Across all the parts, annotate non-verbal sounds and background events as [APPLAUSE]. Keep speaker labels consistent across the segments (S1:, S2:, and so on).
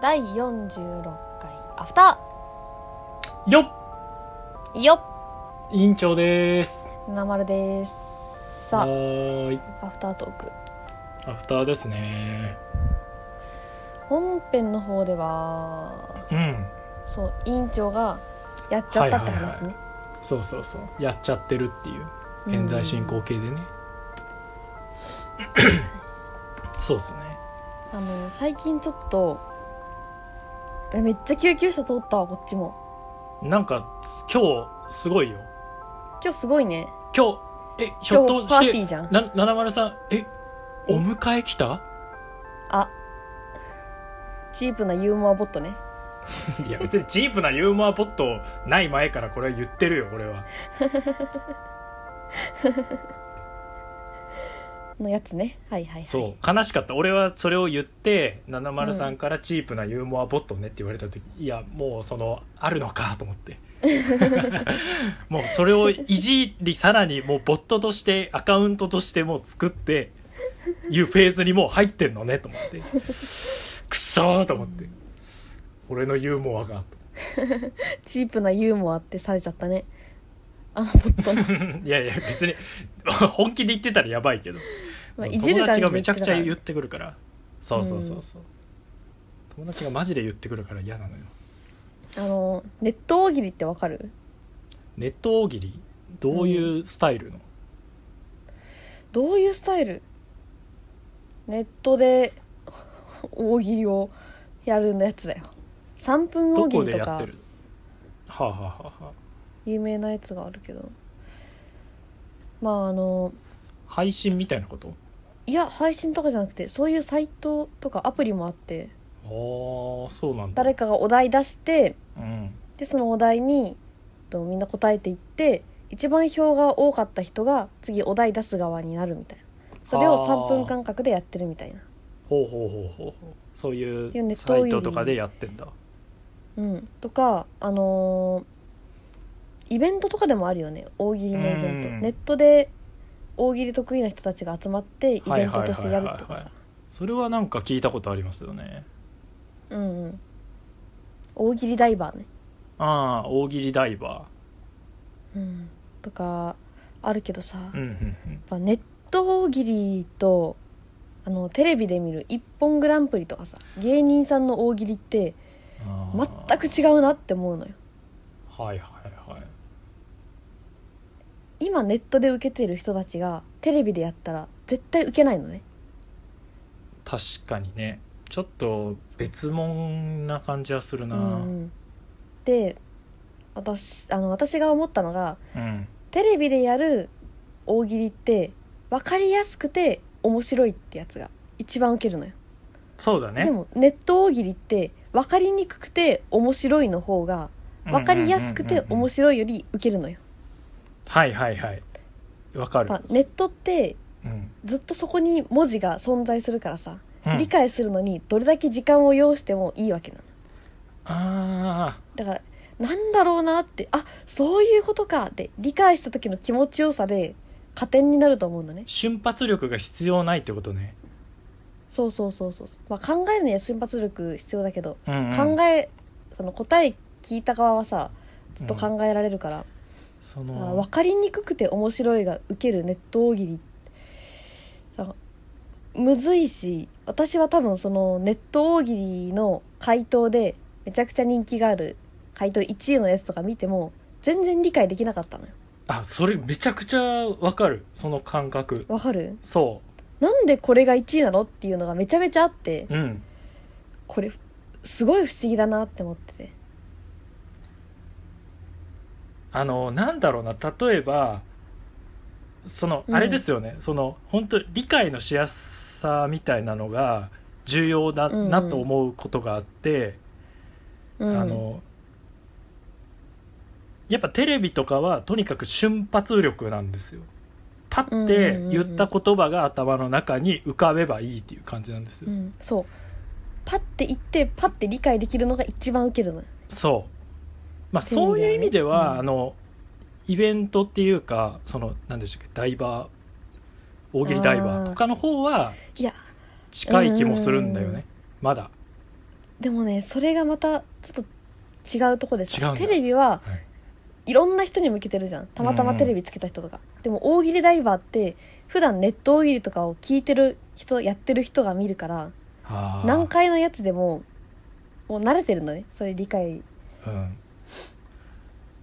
S1: 第46回アフタ
S2: よっ
S1: ーよ
S2: 委員長です
S1: っなまるです
S2: は
S1: さ
S2: ーい
S1: あアフタートーク
S2: アフターですね
S1: 本編の方では
S2: うん
S1: そう委員長がやっちゃったって話ね
S2: そうそうそうやっちゃってるっていう冤罪進行形でね [COUGHS] そうっすね
S1: あの最近ちょっとえめっちゃ救急車通ったわこっちも
S2: なんか今日すごいよ
S1: 今日すごいね
S2: 今日えひょ
S1: 今
S2: っ
S1: 日
S2: と
S1: パー
S2: し
S1: ティー
S2: て
S1: じゃん
S2: な七丸さんえお迎え来た
S1: あチープなユーモアボットね
S2: いや別にチープなユーモアポットない前からこれは言ってるよ俺は
S1: のやつねはいはいはい
S2: そう悲しかった俺はそれを言って70さんからチープなユーモアボットねって言われた時、いやもうそのあるのかと思って [LAUGHS] もうそれをいじりさらにもうボットとしてアカウントとしてもう作っていうフェーズにもう入ってんのねと思ってくそーと思って俺のユーモアが
S1: [LAUGHS] チープなユーモアってされちゃったねあのボットの、
S2: [LAUGHS] いやいや別に本気で言ってたらやばいけど
S1: まあ、いじる感じで
S2: 友達がめちゃくちゃ言
S1: 言
S2: っ
S1: って
S2: くるからそうそうそうそう、友達がマジで言ってくるから嫌なのよ
S1: てたからあのネット大喜利ってわかる
S2: ネット大喜利どういうスタイルの、
S1: どういうスタイルネットで [LAUGHS] 大喜利をやるやつだよ3分大
S2: ど
S1: 喜
S2: こ
S1: 利
S2: で
S1: と
S2: やっ
S1: か
S2: てるはあ、はあはあはあ、
S1: 有名なやつがあるけどまああの
S2: 配信みたいなこと
S1: いや配信とかじゃなくてそういうサイトとかアプリもあって
S2: ああそうなんだ
S1: 誰かがお題出して
S2: うん
S1: でそのお題にとみんな答えていって一番票が多かった人が次お題出す側になるみたいなそれを
S2: はあ
S1: 3分間隔でやってるみたいな
S2: ほうほうほうほうほうそうい
S1: っていうネ
S2: う
S1: ット大喜
S2: サ
S1: 利
S2: イトとかでやってんだ
S1: うんとかあのーイベントとかでもあるよね大喜利のイベント
S2: うん
S1: ネットで大喜利得意な人たちが集まってイ
S2: はい
S1: ベントとしてやるとかさ
S2: それはなんか聞いたことありますよね
S1: うんうん大喜利ダイバーね
S2: ああ大喜利ダイバ
S1: うんとかあるけどさ、
S2: ーうんうんうん
S1: やっぱネット大喜利とあのテレビで見る「一本グランプリ」とかさ芸人さんの大喜利って
S2: あ
S1: 全
S2: ー
S1: く違うなって思うのよ
S2: はいはいはい
S1: 今ネットで受けてる人たちがテレビでやったら絶対受けないのね
S2: 確かにねちょっと別物な感じはする
S1: う
S2: なうん、
S1: うんんで私あの私が思ったのがテレビでやる大喜利って分かりやすくて面白いってやつが一番受けるのよ
S2: そうだね
S1: でもネット大喜利って分かりにくくて面白いの方が分かりやすくて面白
S2: 白い
S1: いより受けるのよ
S2: はいはいはいわかる、
S1: やっぱネットって
S2: うん
S1: ずっとそこに文字が存在するからさ、
S2: うん
S1: 理解するのにどれだけ時間を要してもいいわけなの
S2: あ
S1: だからなんだろうなってあそういうことかって理解した時の気持ちよさで加点になると思うのね
S2: ー瞬発力が必要ないってことね、
S1: そうそうそうそう、まあ、考えるには瞬発力必要だけど、
S2: うんうん
S1: 考えその答え聞いた側はさずっと考えられるから、
S2: そ
S1: だから
S2: の
S1: 分かりにくくて面白いが受けるネット大喜利だからむずいし私は多分そのネット大喜利の回答でめちゃくちゃ人気がある回答1位のやつとか見ても全然理解できなかったのよ
S2: あそれめちゃくちゃわかるその感覚
S1: わかる
S2: そ
S1: なんでこれが1位なのっていうのがめちゃめちゃあって
S2: ううん
S1: これすごい不思議だなって思ってて
S2: あのなんだろうな例えばその
S1: うん
S2: あれですよね、その本当理解のしやすさみたいなのが重要だ
S1: うんうん
S2: なと思うことがあって、
S1: うん
S2: あのやっぱテレビとかはとにかく瞬発力なんですよパッて
S1: うんうんうんう
S2: 言
S1: ん
S2: った言葉が頭の中に浮かべばいいっていう感じなんですよ、
S1: うんそうパッて言ってパッて理解できるのが一番受けるのよ
S2: そうまあ
S1: テレビだね
S2: そういう意味では、
S1: うん
S2: あのイベントっていうかその何でしたっけダイバー大喜利ダイバーとかの方はい
S1: や
S2: 近い気もするんだよ
S1: うん
S2: ねまだ
S1: でもねそれがまたちょっと違うとこで
S2: 違う
S1: さ
S2: んだ
S1: テレビは
S2: はい
S1: いろんな人に向けてるじゃんたまたまテレビつけた人とか、でも大喜利ダイバーって普段ネット大喜利とかを聞いてる人やってる人が見るから
S2: あー
S1: 何回のやつでももう慣れてるのねそれ理解
S2: うん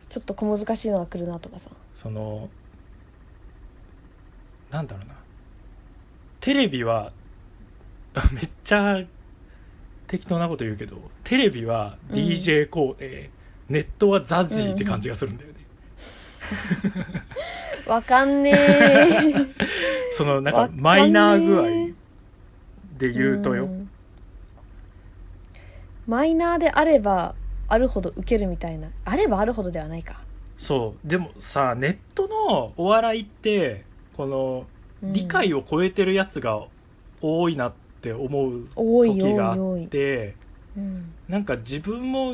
S1: ちょっと小難しいのが来るなとかさ
S2: そのなんだろうなテレビは [LAUGHS] めっちゃ適当なこと言うけどテレビは
S1: うん
S2: DJ コーデ、ネットはザジーって感じがするんだよね、
S1: わかんねえ
S2: そのなん
S1: わ
S2: か
S1: かんね
S2: マイナー具合で [LAUGHS] 言うとよ、
S1: んマイナーであればあるほど受けるみたいなあればあるほどではないか、
S2: そうでもさネットのお笑いってこの
S1: うん
S2: 理解を超えてるやつが多いなって思う
S1: 多い
S2: 時が
S1: 多い
S2: あ
S1: 多
S2: っ
S1: い、
S2: て、
S1: うん、
S2: なんか自分も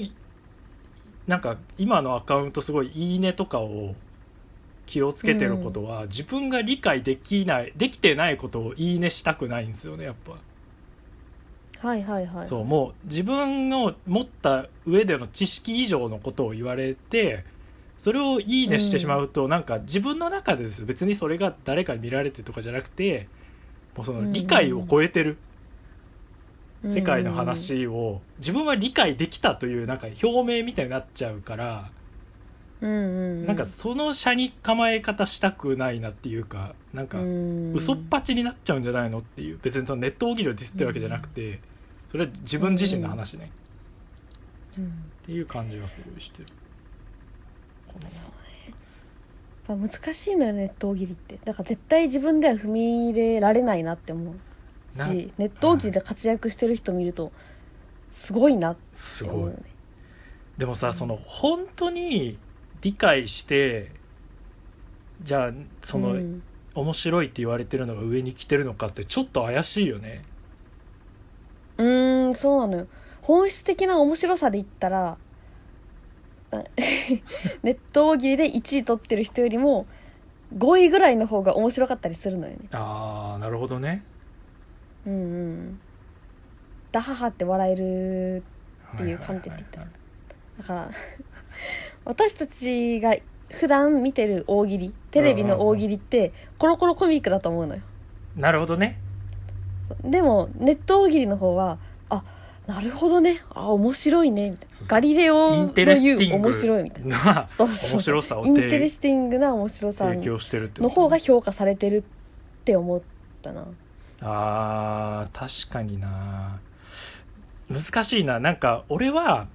S2: なんか今のアカウントすごい「いいね」とかを気をつけてることは、自分が理解できないできてないことを「いいね」したくないんですよねやっぱ、
S1: はいはいはい
S2: そうもう自分の持った上での知識以上のことを言われてそれを「いいね」してしまうと、なんか自分の中でです別にそれが誰かに見られてとかじゃなくてもうその理解を超えてる、世界の話を自分は理解できたというなんか表明みたいになっちゃうから、
S1: うんうんう
S2: なんかその社に構え方したくないなっていうかなんか
S1: うん
S2: 嘘っぱちになっちゃうんじゃないのっていう別にそのネット大喜利をディスってるわけじゃなくてそれは自分自身の話ね
S1: うん
S2: っていう感じがすごいしてる。この
S1: そうねやっぱ難しいのよねネット大喜利ってだから絶対自分では踏み入れられないなって思う
S2: な
S1: しネット大喜利で活躍してる人見るとすごいなっ
S2: す
S1: て思
S2: ご
S1: う
S2: い
S1: よね
S2: でもさその本当に理解してじゃあその、
S1: うん
S2: 面白いって言われてるのが上に来てるのかってちょっと怪しいよね。
S1: うーんそうなのよ本質的な面白さで言ったらあ [LAUGHS] ネット大喜利で1位取ってる人よりも5位ぐらいの方が面白かったりするのよね
S2: ああなるほどね。
S1: うんうんダハハって笑えるっていう観点って言ったらだから [LAUGHS] 私たちが普段見てる大喜利テレビの大喜利ってコロコロコミックだと思うのよ
S2: なるほどね。
S1: そうでもネット大喜利の方はあなるほどねあ面白いねみたいな
S2: そうそう
S1: ガリレオ
S2: イ
S1: の
S2: ンテレスティ
S1: 言
S2: ン
S1: う
S2: グ
S1: 面白いみたいな
S2: な
S1: そうそう
S2: 面白さを
S1: インテレ
S2: 提
S1: スティングな面白さ
S2: 提供してるってこと
S1: の方が評価されてるって思ったな
S2: あー確かにな難しいななんか俺は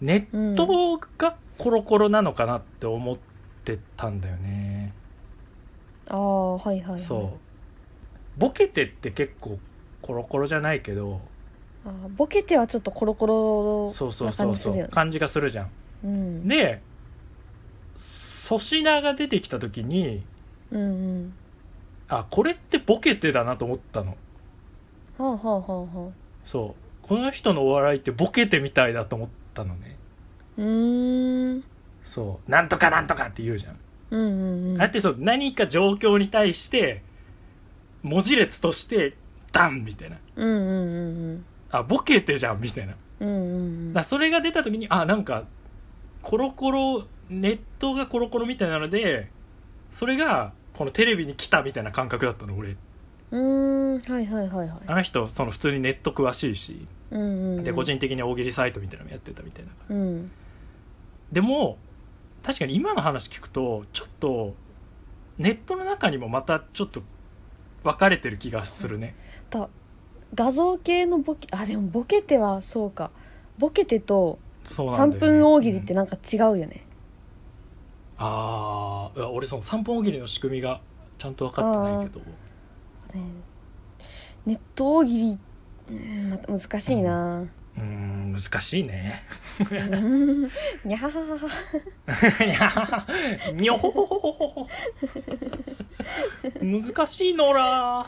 S2: ネットがコロコロなのかなって思ってたんだよね、
S1: ああはいはい、はい、
S2: そうボケてって結構コロコロじゃないけど
S1: あーボケてはちょっとコロコロ
S2: そうそう
S1: な
S2: そ
S1: 感
S2: う
S1: じす
S2: そ
S1: るよ
S2: う
S1: ね
S2: 感じがするじゃん
S1: うん
S2: で粗品が出てきた時に
S1: うんうん
S2: あこれってボケてだなと思ったの
S1: はあはあはあはあ
S2: そうこの人のお笑いってボケてみたいだと思ったのね
S1: うーん
S2: そうなんとかなんとかって言うじゃん、
S1: うんうんうん
S2: あれってそう何か状況に対して文字列としてダンみたいな
S1: うんうんうん
S2: あボケてじゃんみたいなだか
S1: うんうんうんうん
S2: らそれが出た時にあなんかコロコロネットがコロコロみたいなのでそれがこのテレビに来たみたいな感覚だったの俺
S1: うーんはいはいはいはい
S2: あの人その普通にネット詳しいし
S1: うんうんうん
S2: で個人的に大喜利サイトみたいなのもやってたみたいな
S1: うん
S2: でも確かに今の話聞くとちょっとネットの中にもまたちょっと分かれてる気がするね
S1: だ画像系のボケあでもボケてはそうかボケてと
S2: そうなんだ
S1: 3
S2: よね
S1: 分大喜利って
S2: うん
S1: なんか違うよね、
S2: ああ俺その3分大喜利の仕組みがちゃんと分かってないけど
S1: ねネット大喜利うんまた難しい
S2: [LAUGHS]
S1: な、
S2: うーん難しいね [LAUGHS]
S1: うん、にゃははははい
S2: やにょほほほほほほ難しいのら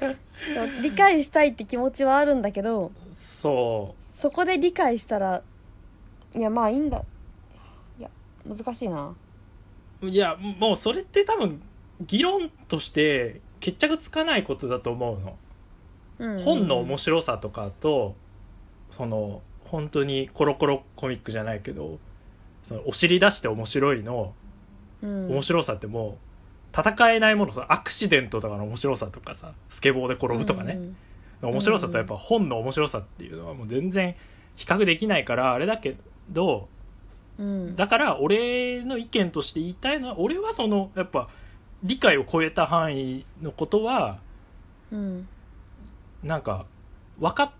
S1: でも理解したいって気持ちはあるんだけど
S2: そ
S1: そこで理解したらいやまあいいんだいや難しいな
S2: ういやもうそれって多分議論として決着つかないことだと思うの
S1: うん
S2: 本の面白さとかとその本当にコロコロコミックじゃないけどそのお尻出して面白いの
S1: うん
S2: 面白さってもう戦えないものそのアクシデントとかの面白さとかさスケボーで転ぶとかね、
S1: うん
S2: 面白さとやっぱ本の面白さっていうのはもう全然比較できないからあれだけど
S1: うん
S2: だから俺の意見として言いたいのは俺はそのやっぱ理解を超えた範囲のことは
S1: うん
S2: なんか分かっ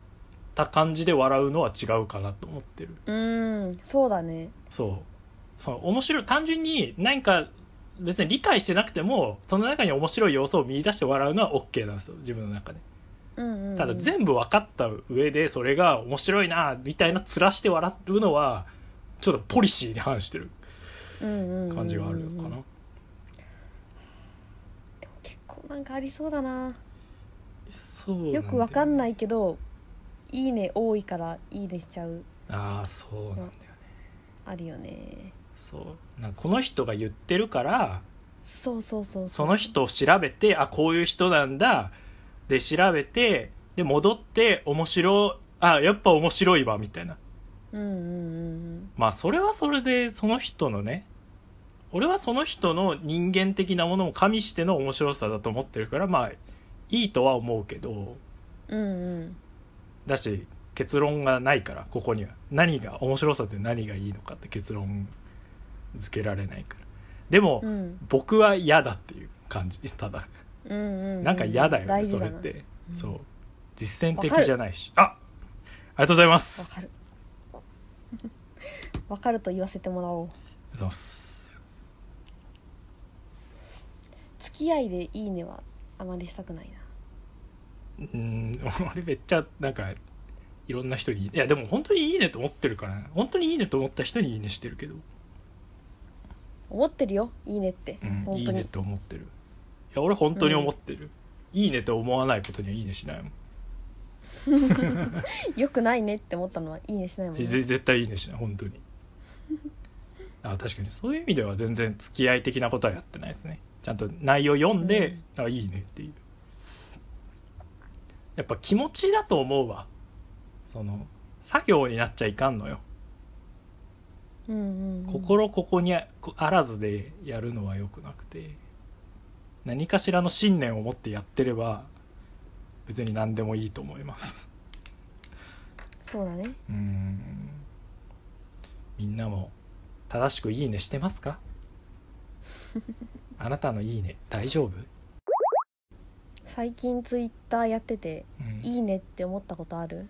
S2: た感じで笑うのは違うかなと思ってる
S1: うんそうだね
S2: そうその面白い単純に何か別に理解してなくてもその中に面白い要素を見出して笑うのは OK なんですよ自分の中で
S1: うんうんうん
S2: ただ全部分かった上でそれが面白いなみたいなつらして笑うのはちょっとポリシーに反してる感
S1: 感
S2: じがあるかな、
S1: 結構なんかありそうだな
S2: そう
S1: よくわかん
S2: い
S1: ないけど「いいね」多いから「いいね」しちゃう
S2: ああそうなんだよね
S1: あるよね
S2: そうなんかこの人が言ってるから
S1: そうそうそうう
S2: その人を調べてあこういう人なんだで調べてで戻って面白いあやっぱ面白いわみたいな
S1: うんうん
S2: まあそれはそれでその人のね俺はその人の人間的なものも加味しての面白さだと思ってるからまあいいとは思うけど
S1: うんうんうんうん
S2: だし結論がないからここには何が面白さって何がいいのかって結論付けられないからでも、
S1: うん
S2: 僕は嫌だっていう感じただ
S1: うんうん
S2: なんか嫌だよね
S1: 大事
S2: そ
S1: だ
S2: れ
S1: な
S2: って
S1: うん
S2: そう実践的じゃないしあありがとうございます
S1: わかる [LAUGHS] わかると言わせてもらおう
S2: ありがとうございます
S1: 付き合いで「いいね」はあまりしたくないな
S2: うーん [LAUGHS] 俺めっちゃなんかいろんな人にいやでも本当にいいねと思ってるからね本当にいいねと思った人にいいねしてるけど、
S1: 思ってるよ「いいね」って、
S2: うん
S1: 本
S2: いい
S1: 当
S2: ね
S1: に
S2: と思ってるいや俺本当に思ってる、いいねと思わないことにはいいねしないもん
S1: よくないねって思ったのは「いいね」しないもん、
S2: え
S1: ね、
S2: ぜ絶対いいねしない本 [LAUGHS] 当にあ確かにそういう意味では全然付き合い的なことはやってないですねちゃんと内容読んで、あいいねっていうやっぱ気持ちだと思うわその作業になっちゃいかんのよ、
S1: うんうんうん、
S2: 心ここにあこあらずでやるのは良くなくて何かしらの信念を持ってやってれば別に何でもいいと思います
S1: そうだね
S2: うーんみんなも正しくいいねしてます [LAUGHS] かあなたのいいね大丈夫、
S1: 最近ツイッターやってて
S2: うん
S1: 「いいね」って思ったことある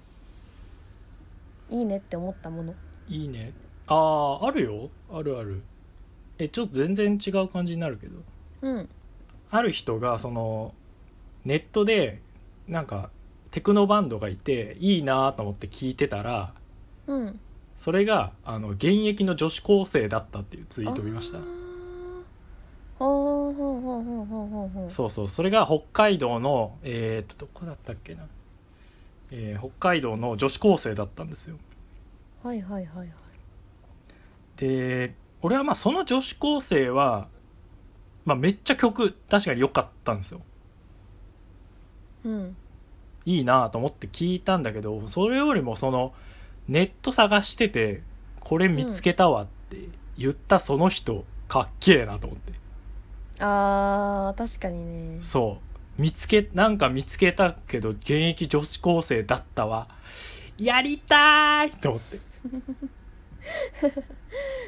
S1: いいねって思ったもの
S2: いいねあああるよあるあるえちょっと全然違う感じになるけど
S1: うん
S2: ある人がそのネットでなんかテクノバンドがいていいなと思って聞いてたら
S1: うん
S2: それがあの現役の女子高生だったっていうツイートを見ました
S1: あーほうほうほうほうほうほうほう
S2: そうそうそれが北海道のえー、っとどこだったっけな、えー北海道の女子高生だったんですよ
S1: はいはいはいはい
S2: で俺はまあその女子高生は、まあ、めっちゃ曲確かに良かったんですよ
S1: うん
S2: いいなと思って聞いたんだけどそれよりもそのネット探しててこれ見つけたわって言ったその人かっけえなと思って
S1: あー確かにね
S2: そう見つけなんか見つけたけど現役女子高生だったわやりたーいと思って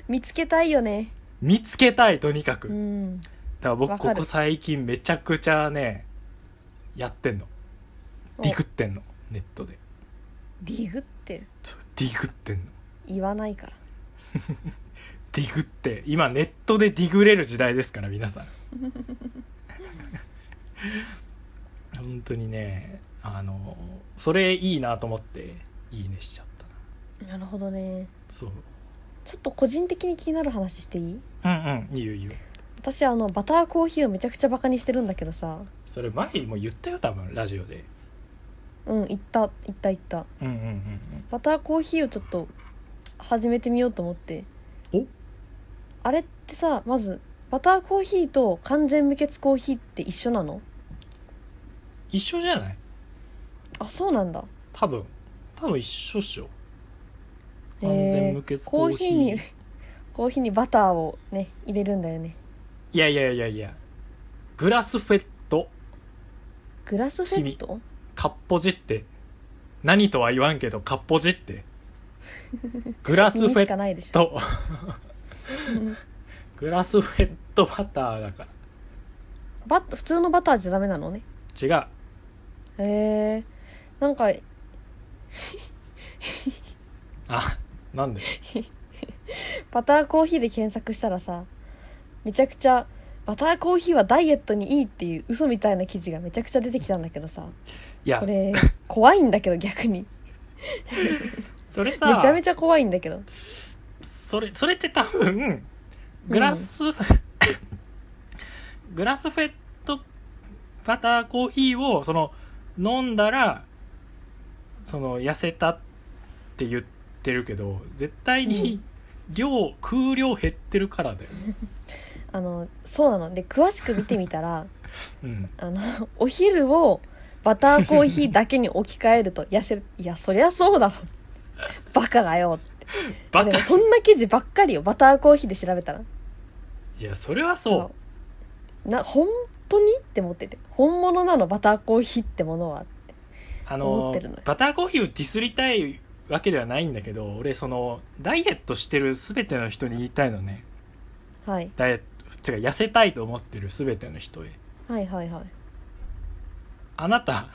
S1: 見つけたいよね
S2: 見つけたいとにかく、
S1: うん
S2: だから僕
S1: わか
S2: こ
S1: る
S2: こ最近めちゃくちゃねやってんの
S1: お
S2: ディグってんのネットで
S1: ディグってる
S2: そうディグってんの
S1: 言わないから
S2: ディグって今ネットでディグれる時代ですから皆さん [LAUGHS] 本当にねあのそれいいなと思っていいねしちゃったな
S1: なるほどね
S2: そう
S1: ちょっと個人的に気になる話していい
S2: うんうんいいよいいよ
S1: 私あのバターコーヒーをめちゃくちゃバカにしてるんだけどさ
S2: それ前にも言ったよ多分ラジオで
S1: うん行った行った行った
S2: うんうん
S1: バターコーヒーをちょっと始めてみようと思って
S2: お
S1: あれってさまずバターコーヒーと完全無欠コーヒーって一緒なの
S2: 一緒じゃない
S1: あそうなんだ
S2: 多分多分一緒っしょ
S1: へ
S2: 完
S1: ー
S2: 全無欠
S1: コーヒーに [LAUGHS] コーヒーにバターをね入れるんだよね
S2: いやいやいやいやグラスフェット
S1: グラスフェット
S2: かっぽじって何とは言わんけどかっぽじ [LAUGHS] ってグラス
S1: 耳
S2: フェ
S1: しか
S2: ッ
S1: ないでしょ
S2: トグラスフェットバターだか
S1: バ普通のバターじゃダメなのね
S2: ら違う
S1: へえなんか
S2: あなんで
S1: バターコーヒーで検索したらさめちゃくちゃバターコーヒーはダイエットにいいっていう嘘みたいな記事がめちゃくちゃ出てきたんだけどさ
S2: いや
S1: これ怖いんだけど逆に
S2: それさ
S1: めちゃめちゃ怖いんだけど
S2: それそれって多分グラス、グラスフェットバターコーヒーをその飲んだらその痩せたって言ってるけど絶対に量、空量減ってるからだよ、
S1: あのそうなので詳しく見てみたら [LAUGHS]
S2: うん、
S1: あのお昼をバターコーヒーだけに置き換えると痩せるいやそりゃそうだろバカがよ
S2: バ
S1: で
S2: カ
S1: もそんな記事ばっかりよバターコーヒーで調べたら
S2: いやそれはそう
S1: な本当にって思ってて本物なのバターコーヒーってものは
S2: うあ
S1: 思っ
S2: の
S1: てるのよ
S2: バターコーヒーをディスりたいわけではないんだけど俺そのダイエットしてる全ての人に言いたいのね
S1: はい
S2: ダイエット違う痩せたいと思ってる全ての人へ
S1: はいはいはい
S2: あなた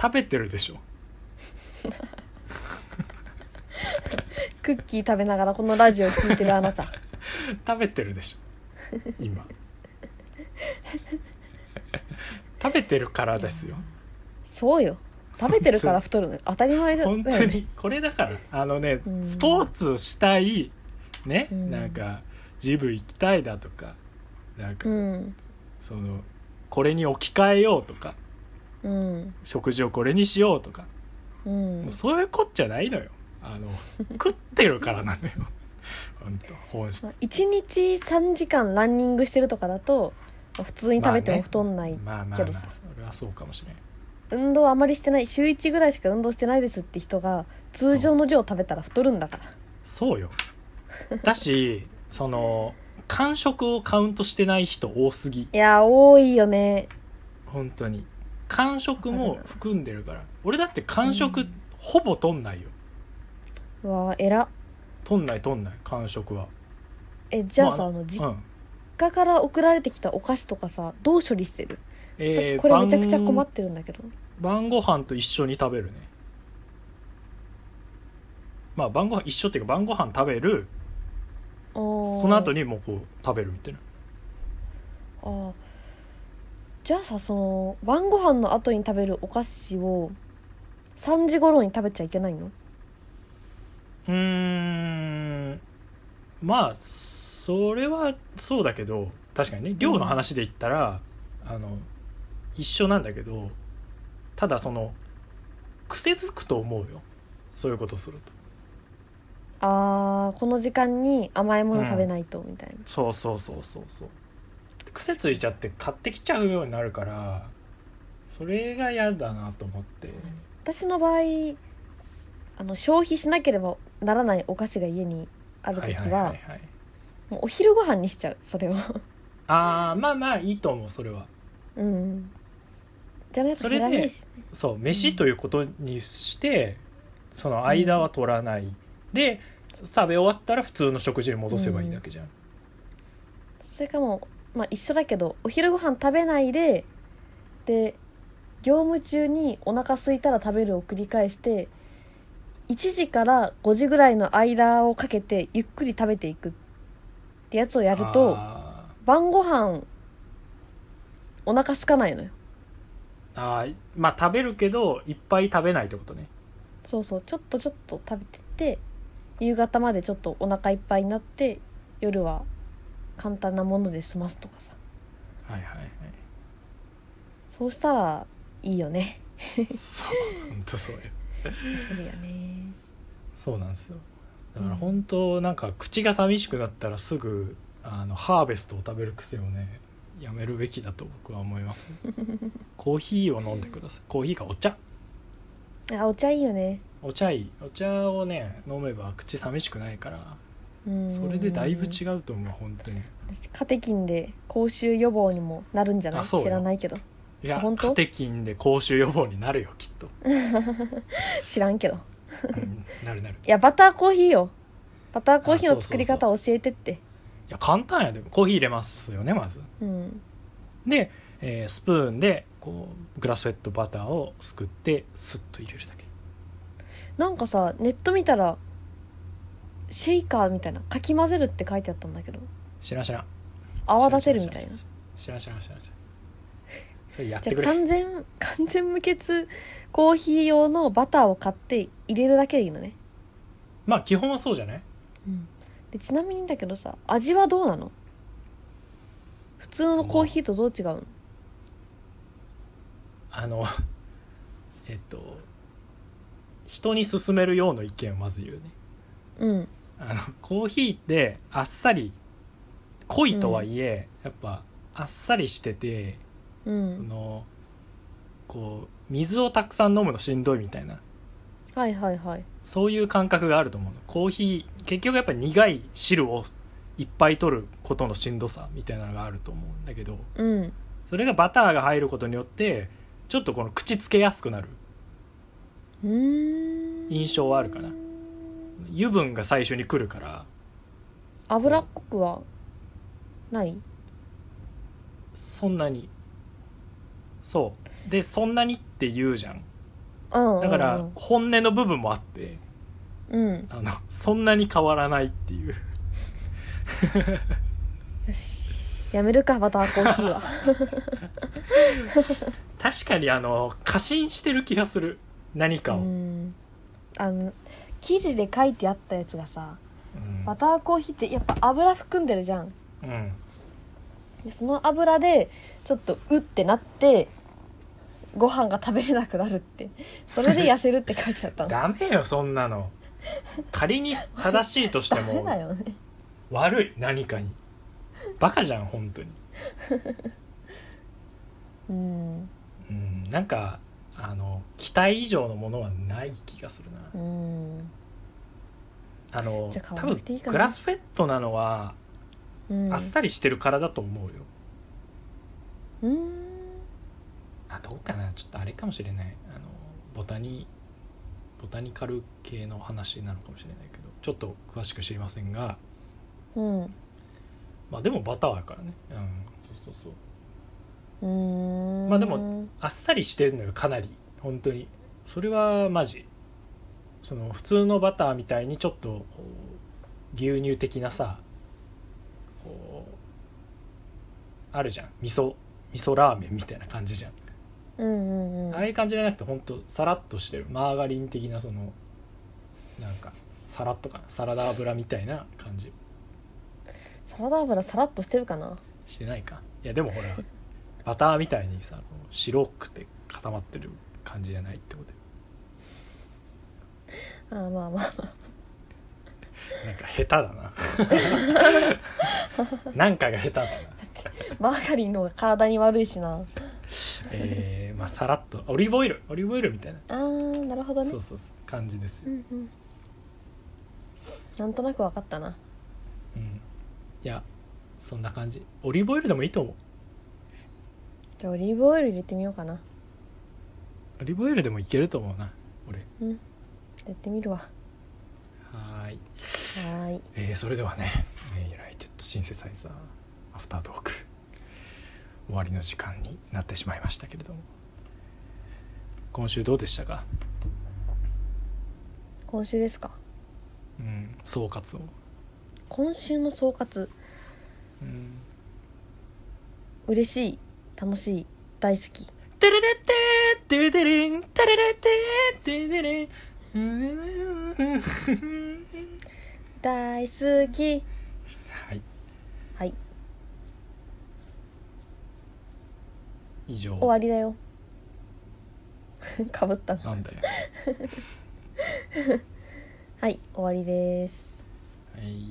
S2: 食べてるでしょ
S1: クッキー食べながらこのラジオ聞いてるあな
S2: [LAUGHS]
S1: た
S2: 食べてるでしょ今 [LAUGHS] 食べてるからですよ
S1: そうよ食べてるから太るの当たり前だ
S2: 本
S1: だ
S2: 当
S1: よね
S2: にこれだからあのね
S1: うん
S2: スポーツをしたいね
S1: うん
S2: なんかジム行きたいだとかなんか
S1: うん
S2: そのこれに置き換えようとか
S1: うん
S2: 食事をこれにしようとか
S1: うん
S2: もうそういうこっちゃないのよあ
S1: [LAUGHS]
S2: の食ってるからなのよ本当本質
S1: 1日3時間ランニングしてるとかだとまあ普通に食べても太んない、
S2: まあまあまあ
S1: けどさ
S2: それはそうかもしれん
S1: 運動あまりしてない週1ぐらいしか運動してないですって人が通常の量食べたら太るんだから
S2: そうよだしその間食をカウントしてない人多すぎ
S1: いやー多いよね
S2: 本当に間食も含んでるから俺だって間食ほぼとんないよ
S1: うわーえら
S2: とんないとんない間食は
S1: えじゃあさ、
S2: ま
S1: あ、の実
S2: うん
S1: 家から送られてきたお菓子とかさどう処理してる
S2: え
S1: 私
S2: ー
S1: これめちゃくちゃ困っ
S2: 晩
S1: てるんだけど、
S2: 晩ご飯と一緒に食べるねまあ晩ご飯一緒っていうか晩ご飯食べる
S1: おー
S2: その後にもうこう食べるみたいな
S1: あーじゃあさその晩ご飯の後に食べるお菓子を3時頃に食べちゃいけないの
S2: うーんまあそれはそうだけど確かにね量の話で言ったら、あの一緒なんだけどただその癖づくと思うよそういうことすると
S1: あーこの時間に甘いもの食べないと、みたいな
S2: そうそうそうそうそう癖ついちゃって買ってきちゃうようになるからそれが嫌だなと思って
S1: 私の場合あの消費しなければならないお菓子が家にある時は,、
S2: はい
S1: もうお昼ご飯にしちゃうそれを
S2: ああまあまあいいと思うそれは
S1: [LAUGHS] うんじゃないと
S2: それ
S1: 減
S2: で
S1: らないしね
S2: そう飯ということにしてその間は取らない、で食べ終わったら普通の食事に戻せばいいだけじゃん、
S1: それかもう、まあ、一緒だけどお昼ご飯食べないでで業務中にお腹空いたら食べるを繰り返して1時から5時ぐらいの間をかけてゆっくり食べていくってやつをやると
S2: あ
S1: 晩ご飯お腹空かないのよ
S2: ーあーまあ食べるけどいっぱい食べないってことね
S1: そうそうちょっとちょっと食べてって夕方までちょっとお腹いっぱいになって夜は簡単なもので済ますとかさ
S2: はいはいはい
S1: そうしたらいいよね [LAUGHS]
S2: そう本当そうよ
S1: そうよね
S2: そうなんですよだから本当なんか口が寂しくなったらすぐあのハーベストを食べる癖をねや
S1: [LAUGHS]
S2: めるべきだと僕は思いますコーヒーを飲んでくださいコーヒーかお茶
S1: あお茶いいよね
S2: お茶いいお茶をね飲めば口寂しくないから
S1: うん
S2: それでだいぶ違うと思う本当に
S1: カテキンで口臭予防にもなるんじゃない
S2: あそうよ
S1: 知らないけど
S2: いや
S1: 本当
S2: カテキンで口臭予防になるよきっ
S1: [LAUGHS]
S2: と、
S1: 知らんけどい
S2: うんなるなる
S1: やバターコーヒーよバターコーヒー
S2: あ
S1: の
S2: そうそうそ
S1: 作
S2: う
S1: り方教えてって
S2: いや簡単やでコーヒー入れますよねまず
S1: うん
S2: で、えースプーンでこうグラスフェッドバターをすくってスッと入れるだけ
S1: なんかさネット見たらシェイカーみたいなかき混ぜるって書いてあったんだけど
S2: 知らん知らん
S1: 泡立てるみたいな
S2: 知らん知らん知らん知らん知らん知らんそれやっ
S1: じ
S2: て
S1: ゃあ
S2: くれ
S1: 完全 [LAUGHS] 完全無欠コーヒー用のバターを買って入れるだけでいいのね、
S2: まあ基本はそうじゃない
S1: でちなみにだけどさ味はどうなの普通のコーヒーとどう違うの
S2: あのえっと人に勧めるような意見をまず言うね
S1: うん
S2: あのコーヒーってあっさり濃いとはいえ、やっぱあっさりしてて、
S1: う
S2: そ
S1: ん
S2: のこう水をたくさん飲むのしんどいみたいな
S1: はいはいはい
S2: そういう感覚があると思うのコーヒー結局やっぱり苦い汁をいっぱい取ることのしんどさみたいなのがあると思うんだけど
S1: うん
S2: それがバターが入ることによってちょっとこの口つけやすくなる
S1: うーん
S2: 印象はあるかな油分が最初に来るから
S1: 脂っこくはない
S2: そんなにそうでそんなにって言うじゃん
S1: うん
S2: だから本音の部分もあって
S1: うん
S2: あのそんなに変わらないっていう
S1: よしやめるかバターコーヒーは
S2: 確かにあの過信してる気がする何
S1: う
S2: かを、
S1: んあの記事で書いてあったやつがさ
S2: うん
S1: バターコーヒーってやっぱ油含んでるじゃん
S2: うん
S1: でその油でちょっとうってなってご飯が食べれなくなるってそれで痩せるって書いてあ
S2: [LAUGHS]
S1: ったの
S2: ダメよそんなの仮に正しいとして
S1: ダメ
S2: も
S1: だよね
S2: 悪い何かにバカじゃん本当に
S1: うん
S2: うんなんかあの期待以上のものはない気がするな
S1: うん
S2: あの
S1: じゃあ買わ
S2: 多
S1: な
S2: 分
S1: くていいかな
S2: グラスフェットなのは
S1: うん
S2: あっさりしてるからだと思うよ、
S1: うん
S2: あどうかなちょっとあれかもしれないあのボタニボタニカル系の話なのかもしれないけどちょっと詳しく知りませんが
S1: うん
S2: まあでもバターやからねうんそうそうそう
S1: うん
S2: まあでもあっさりしてるのよかなり本当にそれはマジその普通のバターみたいにちょっとこう牛乳的なさこうあるじゃん味噌味噌ラーメンみたいな感じじゃん、
S1: うんうんうん
S2: ああいう感じじゃなくて本当さらっとしてるマーガリン的なそのなんかさらっとかなサラダ油みたいな感じ
S1: サラダ油さらっとしてるかな
S2: してないかいやでもほらバターみたいにさこう白くて固まってる感じじゃないってことよ
S1: あーまあまあ
S2: なんか下手だな [LAUGHS] なんかが下手だな、
S1: マーガリンの方が体に悪いしな
S2: えーまあさらっとオリーブオイルオリーブオイルみたいな
S1: あーなるほどね
S2: そうそうそう感じですよ、
S1: うんうんなんとなくわかったな
S2: うん、いやそんな感じオリーブオイルでもいいと思う
S1: じゃあオリーブオイル入れてみようかな
S2: オリーブオイルでもいけると思うな俺
S1: うんやってみるわは
S2: はーい、
S1: ーい
S2: えーそれではねえーユナイテッドシンセサイザーアフタートーク終わりの時間になってしまいましたけれども今週どうでしたか
S1: 今週ですか
S2: うん総括を、
S1: 今週の総括
S2: うん
S1: 嬉しい楽しい大好き
S2: テレレテーテテレンテレレテーテテレンは
S1: 大好き
S2: い
S1: はい
S2: 以上
S1: 終わりだよ [LAUGHS] かぶったな
S2: なんだよ
S1: はい終わりです
S2: はい